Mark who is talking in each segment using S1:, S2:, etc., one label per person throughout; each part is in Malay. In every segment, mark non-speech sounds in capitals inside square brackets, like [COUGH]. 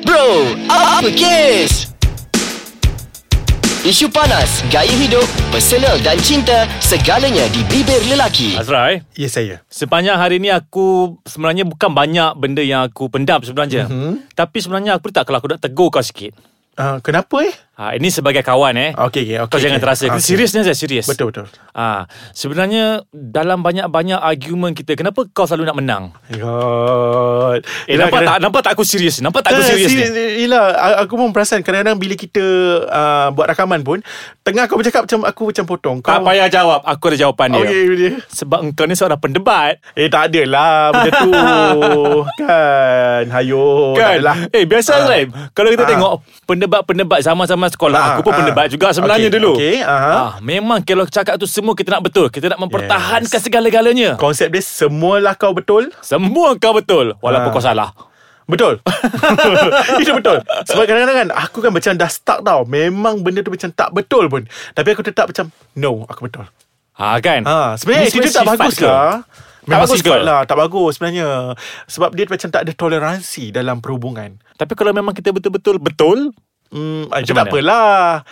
S1: Bro, apa kes? Isu panas, gaya hidup, personal dan cinta, segalanya di bibir lelaki.
S2: Azra eh
S3: Ya saya
S2: Sepanjang hari ni aku Sebenarnya bukan banyak benda yang aku pendam sebenarnya
S3: Mhm.
S2: mm-hmm. Tapi sebenarnya aku tak kalau aku nak tegur kau sikit
S3: uh, Kenapa eh?
S2: ha,
S3: Ah,
S2: Ini sebagai kawan eh
S3: Okey, okey,
S2: Kau
S3: okey.
S2: jangan terasa okay.
S3: Okey.
S2: Seriusnya saya serius
S3: Betul betul
S2: ha, Sebenarnya Dalam banyak-banyak argument kita Kenapa kau selalu nak menang
S3: God
S2: Eh
S3: Yelah, Eh,
S2: nampak Ya
S3: kadang-
S2: tak Nampak tak aku serius Nampak tak aku
S3: Tak,
S2: serius ni
S3: serius ni. Yelah a- Aku pun perasan Kadang-kadang bila kita uh, Buat rakaman pun Tengah kau bercakap macam Aku macam potong kau,
S2: Tak payah jawab Aku ada jawapan dia
S3: Okey, dia.
S2: Sebab engkau ni seorang pendebat
S3: Eh tak adalah Benda
S2: [LAUGHS]
S3: tu Kan Hayo tak
S2: Kan
S3: adalah.
S2: Eh biasa
S3: Ah.
S2: ha. Zaim Kalau kita
S3: Ah.
S2: tengok Pendebat-pendebat Zaman-zaman sekolah
S3: Ah,
S2: Aku pun
S3: ah.
S2: pendebat juga Sebenarnya
S3: Okey,
S2: dulu
S3: okey, aha.
S2: ah, Memang kalau cakap tu Semua kita nak betul Kita nak mempertahankan yes. segala-galanya
S3: Konsep dia Semualah kau betul
S2: Semua kau betul Walaupun
S3: Ah.
S2: kau salah
S3: Betul [LAUGHS] Itu betul Sebab kadang-kadang kan Aku kan macam dah stuck tau Memang benda tu macam tak betul pun Tapi aku tetap macam No aku betul
S2: Ha kan
S3: ha,
S2: Ni
S3: Sebenarnya attitude tak
S2: sifat
S3: bagus
S2: ke?
S3: lah Memang
S2: bagus
S3: sifat
S2: ke?
S3: lah Tak bagus sebenarnya Sebab dia macam tak ada toleransi Dalam perhubungan
S2: Tapi kalau memang kita betul-betul Betul
S3: Hmm, itu
S2: mana?
S3: tak apalah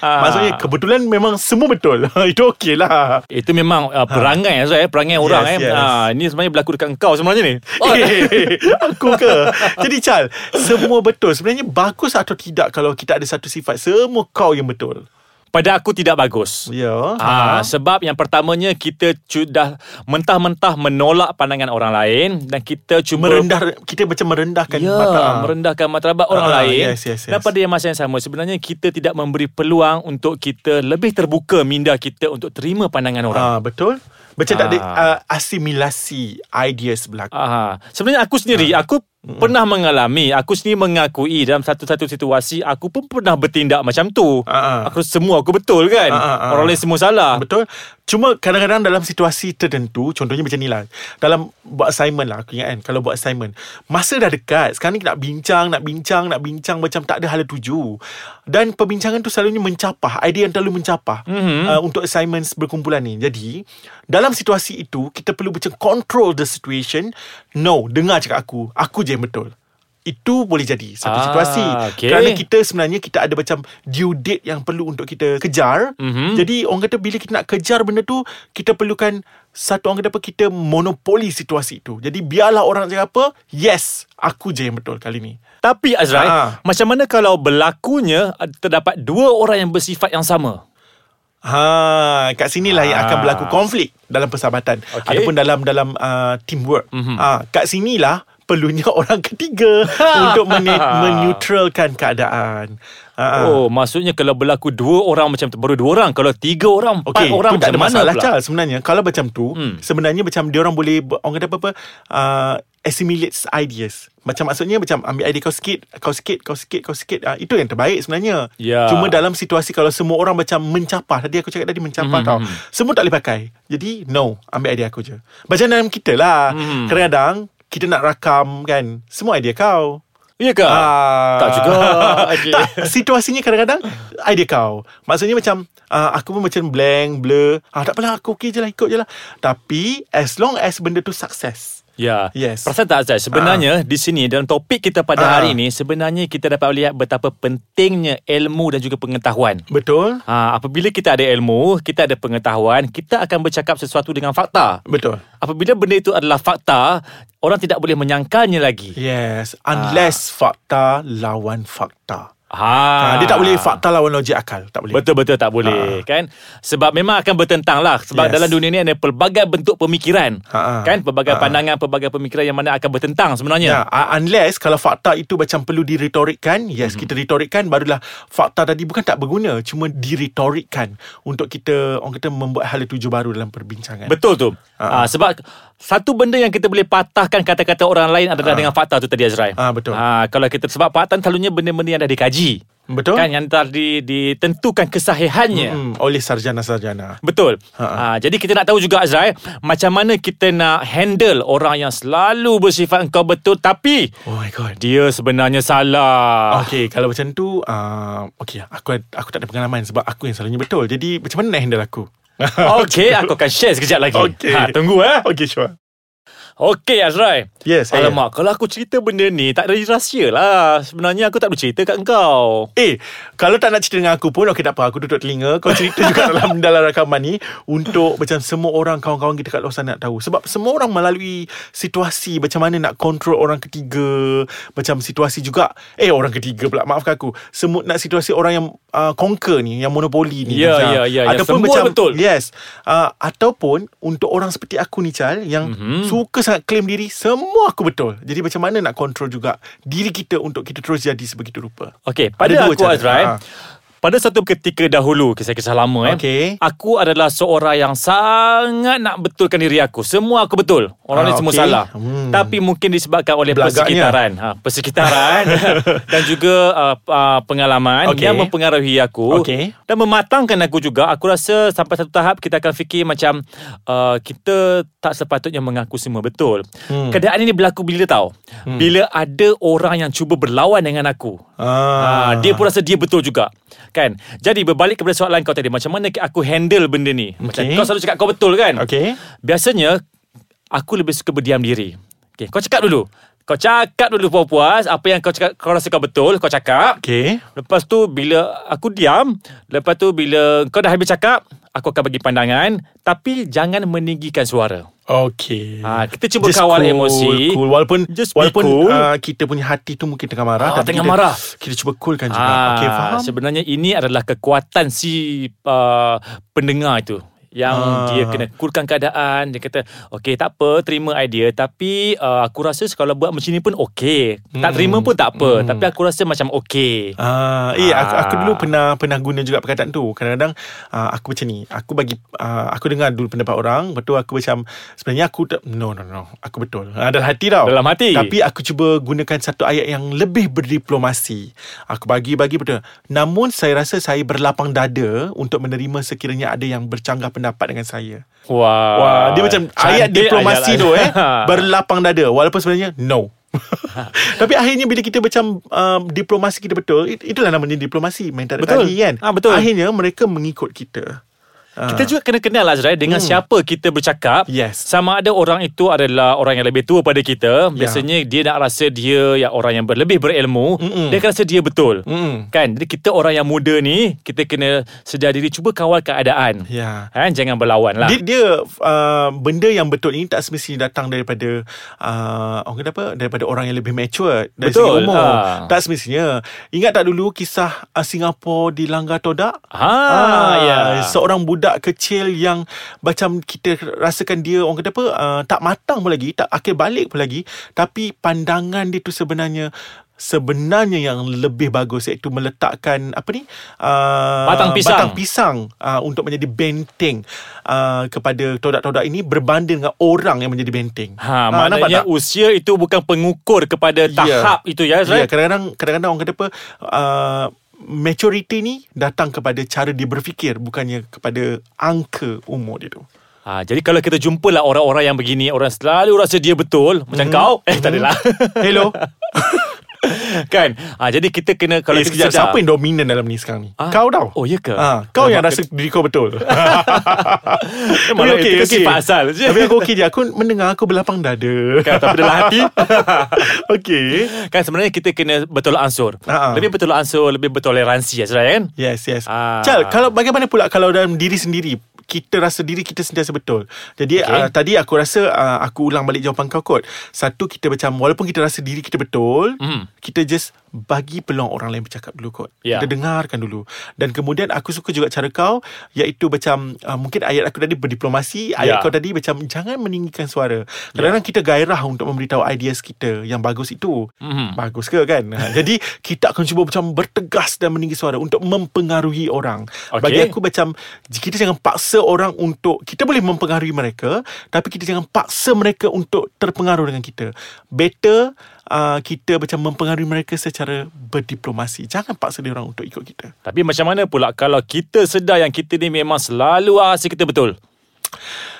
S2: Ah.
S3: Maksudnya kebetulan memang semua betul [LAUGHS] Itu okey lah
S2: itu memang uh, perangai ha. Azrael, perangai yes, orang eh.
S3: yes.
S2: Ah, ini sebenarnya berlaku dekat engkau sebenarnya ni.
S3: Eh, [LAUGHS] Aku ke Jadi Chal Semua betul Sebenarnya bagus atau tidak Kalau kita ada satu sifat Semua kau yang betul
S2: [LAUGHS] Pada aku tidak bagus.
S3: Ya
S2: Ah, sebab yang pertamanya kita sudah mentah-mentah menolak pandangan orang lain dan kita cuma
S3: merendah kita macam merendahkan
S2: ya,
S3: mata ah.
S2: merendahkan martabat orang
S3: Ah,
S2: lain.
S3: yes, yes, yes.
S2: Dan pada yang masa yang sama sebenarnya kita tidak memberi peluang untuk kita lebih terbuka minda kita untuk terima pandangan orang.
S3: ah betul macam tak ada
S2: Ah.
S3: uh, asimilasi idea sebelah
S2: Aha. Ah, Sebenarnya aku sendiri
S3: Ah.
S2: aku pernah mengalami, aku sendiri mengakui dalam satu-satu situasi aku pun pernah bertindak macam tu.
S3: Ah, ah.
S2: Aku semua aku betul kan?
S3: Ah, ah, ah.
S2: Orang lain semua salah.
S3: Betul Cuma kadang-kadang dalam situasi tertentu Contohnya macam ni lah Dalam buat assignment lah Aku ingat kan Kalau buat assignment Masa dah dekat Sekarang ni nak bincang Nak bincang Nak bincang Macam tak ada hala tuju Dan perbincangan tu selalunya mencapah Idea yang terlalu mencapah mm-hmm. uh, Untuk assignment berkumpulan ni Jadi Dalam situasi itu Kita perlu macam control the situation No Dengar cakap aku Aku je yang betul itu boleh jadi satu
S2: Ah,
S3: situasi
S2: okey.
S3: kerana kita sebenarnya kita ada macam due date yang perlu untuk kita kejar.
S2: Mhm.
S3: Mm-hmm. Jadi orang kata bila kita nak kejar benda tu, kita perlukan satu orang kata apa kita monopoli situasi itu. Jadi biarlah orang cakap apa, yes, aku je yang betul kali ni.
S2: Tapi Azrai,
S3: Ah.
S2: macam mana kalau berlakunya uh, terdapat dua orang yang bersifat yang sama?
S3: Ha, kat sinilah yang
S2: Ah.
S3: akan berlaku konflik dalam persahabatan okay. ataupun dalam dalam uh, teamwork.
S2: Mhm.
S3: Mm-hmm. Ha, kat sinilah perlunya [LAUGHS] orang
S2: [LAUGHS]
S3: ketiga untuk mene- menetralkan keadaan. Ha, ha.
S2: Oh, maksudnya kalau berlaku dua orang macam tu baru dua orang, kalau tiga orang, empat
S3: Okey,
S2: orang
S3: tu tak ada
S2: macam mana
S3: masalah
S2: pula?
S3: Chal sebenarnya. Kalau macam tu, hmm. sebenarnya macam dia orang boleh ber- orang kata apa-apa uh, assimilate ideas. Macam maksudnya macam ambil idea kau sikit, kau sikit, kau sikit, kau sikit. Uh, itu yang terbaik sebenarnya.
S2: Ya.
S3: Cuma dalam situasi kalau semua orang macam mencapah. Tadi aku cakap tadi mencapah hmm. tau. Semua tak boleh pakai. Jadi no, ambil idea aku je. Macam dalam kita lah. Hmm. Kadang-kadang kita nak rakam kan. Semua idea kau.
S2: Ya ke?
S3: Ah.
S2: Tak
S3: [LAUGHS]
S2: juga. Okey.
S3: tak, situasinya kadang-kadang idea kau. Maksudnya macam uh, aku pun macam blank, blur. Ah tak apalah aku okey je lah, ikut je lah. Tapi as long as benda tu sukses.
S2: Ya.
S3: Yes.
S2: Perasan tak Azrai? Sebenarnya di sini dalam topik kita pada
S3: Ah.
S2: hari ini sebenarnya kita dapat lihat betapa pentingnya ilmu dan juga pengetahuan.
S3: Betul?
S2: Ha, apabila kita ada ilmu, kita ada pengetahuan, kita akan bercakap sesuatu dengan fakta.
S3: Betul.
S2: Apabila benda itu adalah fakta, orang tidak boleh menyangkalnya lagi.
S3: Yes,
S2: Ah.
S3: unless fakta lawan fakta.
S2: Ha,
S3: Ah. Dia tak boleh fakta lawan logik akal, tak boleh.
S2: Betul-betul tak boleh ha. kan Sebab memang akan bertentang lah Sebab yes.
S3: Yes.
S2: dalam dunia ni ada pelbagai bentuk pemikiran
S3: Ha, ha.
S2: Kan pelbagai pandangan, pelbagai pemikiran yang mana akan bertentang
S3: Ya,
S2: sebenarnya
S3: uh, unless kalau fakta itu macam perlu diretorikkan,
S2: Mhm.
S3: yes mm-hmm. kita retorikkan barulah fakta tadi bukan tak berguna, cuma diretorikkan untuk kita orang kata membuat hala tuju baru dalam perbincangan.
S2: Betul tu ha. Ha, Sebab satu benda yang kita boleh patahkan kata-kata orang lain adalah dengan fakta tu tadi Azrai
S3: Ah, Ha. betul.
S2: ha, Kalau kita sebab fakta ni selalunya benda-benda yang dah dikaji
S3: Betul.
S2: Kan Ya. yang telah di, ditentukan kesahihannya
S3: Hmm, oleh sarjana-sarjana.
S2: Betul. Ha,
S3: Ha.
S2: jadi kita nak tahu juga Azrai, macam mana kita nak handle orang yang selalu bersifat engkau betul tapi
S3: Oh my god.
S2: dia sebenarnya salah.
S3: Okay, kalau macam tu, uh, okay, aku aku tak ada pengalaman sebab aku yang selalunya betul. Jadi macam mana nak handle aku? [LAUGHS]
S2: Okey, aku akan share sekejap lagi.
S3: Okey.
S2: Ha, tunggu eh.
S3: Okay, sure.
S2: Okey Azrai
S3: Yes, saya.
S2: Alamak Kalau aku cerita benda ni Tak ada rahsia lah Sebenarnya aku tak boleh cerita kat engkau
S3: Eh, kalau tak nak cerita dengan aku pun Okey tak apa, aku tutup telinga Kau cerita
S2: [LAUGHS]
S3: juga dalam dalam rakaman ni Untuk macam semua orang Kawan-kawan kita kat luar sana nak tahu Sebab semua orang melalui situasi Macam mana nak kontrol orang ketiga Macam situasi juga Eh, orang ketiga pula, maafkan aku Semua nak situasi orang yang uh, Conquer ni, yang monopoli ni
S2: Ya,
S3: macam.
S2: ya, ya, ya.
S3: Ataupun
S2: Semua
S3: macam
S2: betul.
S3: Yes uh, Ataupun Untuk orang seperti aku ni Chal Yang
S2: Mhm.
S3: mm-hmm. suka sangat claim diri Semua aku betul Jadi macam mana nak kontrol juga Diri kita untuk kita terus jadi sebegitu rupa
S2: Okey,
S3: Ada
S2: pada
S3: dua
S2: aku
S3: cara.
S2: Azrai.
S3: Ha.
S2: Pada satu ketika dahulu Kisah-kisah lama eh
S3: Okey.
S2: Aku adalah seorang yang sangat nak betulkan diri aku Semua aku betul Orang
S3: Ah,
S2: ni semua
S3: okey.
S2: salah
S3: Hmm.
S2: Tapi mungkin disebabkan oleh
S3: Belagaknya.
S2: persekitaran ha,
S3: [LAUGHS]
S2: Persekitaran Dan juga uh, uh, pengalaman
S3: Okey.
S2: Yang mempengaruhi aku
S3: Okey.
S2: Dan mematangkan aku juga Aku rasa sampai satu tahap Kita akan fikir macam uh, Kita tak sepatutnya mengaku semua betul hmm. Keadaan ini berlaku bila tau hmm. Bila ada orang yang cuba berlawan dengan aku Ah.
S3: Ah.
S2: dia pun rasa dia betul juga. Kan? Jadi berbalik kepada soalan kau tadi macam mana aku handle benda ni? Macam
S3: Okey.
S2: kau selalu cakap kau betul kan?
S3: Okey.
S2: Biasanya aku lebih suka berdiam diri. Okey, kau cakap dulu. Kau cakap dulu puas-puas apa yang kau cakap kau rasa kau betul, kau cakap.
S3: Okay.
S2: Lepas tu bila aku diam, lepas tu bila kau dah habis cakap, aku akan bagi pandangan tapi jangan meninggikan suara.
S3: Okay.
S2: Ah, kita cuba kawal
S3: cool,
S2: emosi.
S3: Cool. Walaupun
S2: Just be
S3: walaupun
S2: cool.
S3: uh, kita punya hati tu mungkin tengah
S2: Ah,
S3: marah tapi
S2: tengah
S3: kita,
S2: marah.
S3: Kita cuba coolkan juga. Ah, okay, faham.
S2: Sebenarnya ini adalah kekuatan si uh, pendengar itu yang
S3: Ah.
S2: dia kena kurkan keadaan dia kata okey tak apa terima idea tapi uh, aku rasa kalau buat macam ni pun okey
S3: Hmm.
S2: tak terima pun tak apa tapi aku rasa macam okey
S3: Ah, eh aku, aku
S2: Ah.
S3: dulu pernah pernah guna juga perkataan tu. Kadang-kadang ah, aku macam ni. Aku bagi ah, aku dengar dulu pendapat orang, betul aku macam sebenarnya aku tak, no no no, aku betul. Ah, dalam hati tau.
S2: Dalam hati.
S3: Tapi aku cuba gunakan satu ayat yang lebih berdiplomasi. Aku bagi-bagi betul. Namun saya rasa saya berlapang dada untuk menerima sekiranya ada yang bercanggah pendapat dengan saya.
S2: wah
S3: Wah, dia macam ayat
S2: Ah, Cantik
S3: diplomasi
S2: ayat- lah. Ha.
S3: tu
S2: [LAUGHS]
S3: eh berlapang dada walaupun sebenarnya no. [LAUGHS] Tapi akhirnya bila kita macam um, diplomasi kita betul, it, itulah namanya diplomasi main tarik
S2: Betul.
S3: tali kan.
S2: Ah, betul.
S3: Akhirnya mereka mengikut kita. Ah,
S2: Kita juga kena kenal Azrai dengan hmm. siapa kita bercakap.
S3: Yes. Ya.
S2: Sama ada orang itu adalah orang yang lebih tua pada kita, biasanya dia nak rasa dia yang orang yang ber, lebih berilmu, Mm-mm. dia akan rasa dia betul.
S3: Mm-mm.
S2: Kan? Jadi kita orang yang muda ni, kita kena sedar diri cuba kawal keadaan.
S3: Ya.
S2: Kan? Jangan berlawan lah.
S3: Dia, dia uh, benda yang betul ini tak semestinya datang daripada uh, orang kata apa daripada orang yang lebih mature dari
S2: Betul.
S3: segi umur.
S2: Ah.
S3: Tak semestinya. Ingat tak dulu kisah uh, Singapura dilanggar todak?
S2: ha,
S3: Ah,
S2: ya.
S3: Seorang budak kecil yang Macam kita rasakan dia Orang kata apa uh, Tak matang pun lagi Tak akil balik pun lagi Tapi pandangan dia tu sebenarnya Sebenarnya yang lebih bagus Iaitu meletakkan Apa ni uh,
S2: Batang pisang.
S3: Batang pisang uh, Untuk menjadi benteng uh, Kepada todak-todak ini Berbanding dengan orang yang menjadi benteng
S2: Ha,
S3: Ah, nampak
S2: maknanya
S3: tak?
S2: usia itu bukan pengukur kepada tahap itu ya
S3: Ya,
S2: Azrai.
S3: kadang-kadang kadang-kadang orang kata apa uh, maturity ni datang kepada cara dia berfikir bukannya kepada angka umur dia tu.
S2: Ha, jadi kalau kita jumpalah orang-orang yang begini, orang selalu rasa dia betul, macam kau, eh tak adalah.
S3: Hmm.
S2: [LAUGHS]
S3: Hello.
S2: kan? Ha, jadi kita kena kalau
S3: Kalau eh,
S2: kita
S3: sekejap,
S2: sedar.
S3: siapa yang dominan dalam ni sekarang ni?
S2: Ah.
S3: Kau tau.
S2: Oh, ya ke?
S3: Ah,
S2: Alamak,
S3: kau yang rasa diri kau
S2: [LAUGHS]
S3: betul. Tapi
S2: Malah itu kan sifat asal je.
S3: Tapi aku okey je. Aku mendengar aku berlapang dada.
S2: kan, tapi dalam hati
S3: [LAUGHS] okey.
S2: kan sebenarnya kita kena betul ansur.
S3: Ha-ha.
S2: Lebih betul ansur, lebih bertoleransi Azrai kan?
S3: Yes, yes.
S2: Ah.
S3: Ah. Chal, kalau bagaimana pula kalau dalam diri sendiri kita rasa diri kita sentiasa betul. Jadi
S2: Okay.
S3: okay. uh, tadi aku rasa uh, aku ulang balik jawapan kau kot. Satu kita macam walaupun kita rasa diri kita betul,
S2: Mm.
S3: kita just bagi peluang orang lain bercakap dulu kot.
S2: Ya.
S3: Kita dengarkan dulu. Dan kemudian aku suka juga cara kau iaitu macam uh, mungkin ayat aku tadi berdiplomasi,
S2: Ya.
S3: ayat kau tadi macam jangan meninggikan suara. Kadang-kadang kita gairah untuk memberitahu ideas kita yang bagus itu.
S2: Mhm.
S3: Bagus ke kan? Ha, Jadi kita akan cuba macam bertegas dan meninggi suara untuk mempengaruhi orang.
S2: Okey.
S3: Okay. Bagi aku macam kita jangan paksa orang untuk kita boleh mempengaruhi mereka tapi kita jangan paksa mereka untuk terpengaruh dengan kita. Better uh, kita macam mempengaruhi mereka secara berdiplomasi. Jangan paksa dia orang untuk ikut kita.
S2: Tapi macam mana pula kalau kita sedar yang kita ni memang selalu rasa kita betul?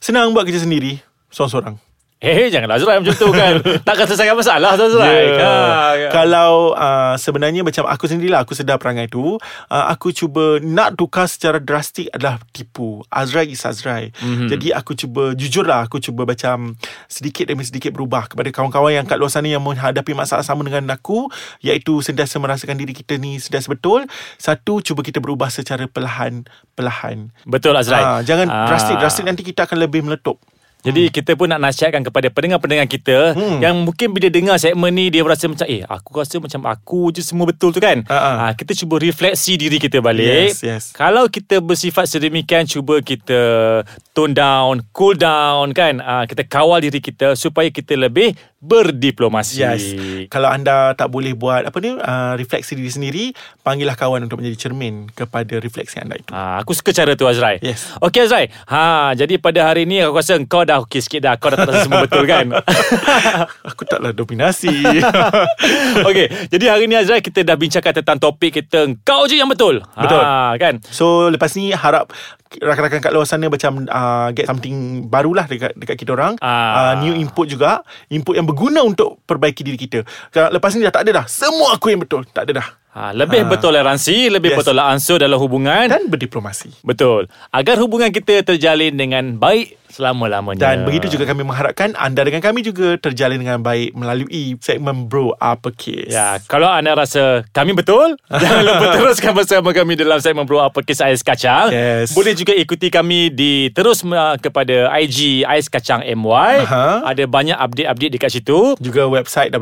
S3: Senang buat kerja sendiri, seorang-seorang.
S2: Hei Eh, janganlah Azrai macam tu
S3: [LAUGHS]
S2: kan Takkan selesaikan masalah tu Azrai
S3: Yeah.
S2: yeah. ha,
S3: Ya. Kalau uh, sebenarnya macam aku sendirilah aku sedar perangai tu, uh, aku cuba nak tukar secara drastik adalah tipu. Azrai is Azrai.
S2: Mhm.
S3: Mm-hmm. Jadi aku cuba jujurlah aku cuba macam sedikit demi sedikit berubah kepada kawan-kawan yang kat luar sana yang menghadapi masalah sama dengan aku iaitu sentiasa merasakan diri kita ni sentiasa betul. Satu cuba kita berubah secara perlahan-perlahan.
S2: Betul Azrai
S3: Ah, jangan
S2: Ah.
S3: drastik-drastik nanti kita akan lebih meletup.
S2: Jadi kita pun nak nasihatkan kepada pendengar-pendengar kita hmm. yang mungkin bila dengar segmen ni dia rasa macam eh aku rasa macam aku je semua betul tu kan.
S3: Ha-ha.
S2: Ha, kita cuba refleksi diri kita balik.
S3: Yes, yes.
S2: Kalau kita bersifat sedemikian cuba kita tone down, cool down kan. Ha, kita kawal diri kita supaya kita lebih berdiplomasi.
S3: Yes. Kalau anda tak boleh buat apa ni uh, refleksi diri sendiri, panggillah kawan untuk menjadi cermin kepada refleksi anda
S2: [LAUGHS]
S3: itu.
S2: Ha, aku suka cara tu Azrai
S3: Yes.
S2: Okay Azrai ha, Jadi pada hari ni Aku rasa kau dah okey sikit dah Kau dah tak rasa semua betul kan
S3: [LAUGHS] Aku taklah dominasi. [LAUGHS]
S2: [LAUGHS] Okey, jadi hari ni Azrai kita dah bincangkan tentang topik kita kau je yang betul.
S3: Betul.
S2: Ha, kan?
S3: so lepas ni harap rakan-rakan kat luar sana macam uh, get something barulah dekat dekat kita orang.
S2: Ah.
S3: Uh, new input juga, input yang berguna untuk perbaiki diri kita. Kalau Lepas ni dah tak ada dah. Semua aku yang betul. Tak ada dah.
S2: Ha, lebih ha. bertoleransi, lebih yes.
S3: Yes. Kan?
S2: bertolak ansur dalam hubungan.
S3: Dan berdiplomasi.
S2: Betul. Agar hubungan kita terjalin dengan baik selama-lamanya.
S3: Dan begitu juga kami mengharapkan anda dengan kami juga terjalin dengan baik melalui segmen Bro Apa Case.
S2: Ya, kalau anda rasa kami betul,
S3: [LAUGHS]
S2: jangan lupa teruskan bersama kami dalam segmen Bro Apa Kes Ais Kacang.
S3: Yes.
S2: Boleh juga ikuti kami di terus uh, kepada IG Ais Kacang MY.
S3: Aha.
S2: Ada banyak update-update dekat situ.
S3: juga website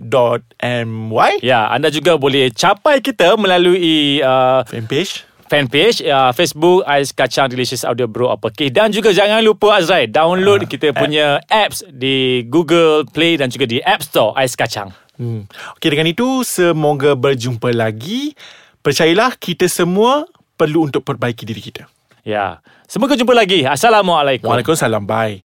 S3: www.aiskacang.com.my
S2: Ya, anda juga boleh capai kita melalui uh,
S3: fanpage
S2: fanpage uh, Facebook Ais Kacang Delicious Audio Bro apa Apakah dan juga jangan lupa Azrai download uh, kita punya apps di Google Play dan juga di App Store Ais Kacang.
S3: hmm. Okay dengan itu semoga berjumpa lagi percayalah kita semua perlu untuk perbaiki diri kita
S2: Ya. Semoga jumpa lagi. Assalamualaikum.
S3: Waalaikumsalam bye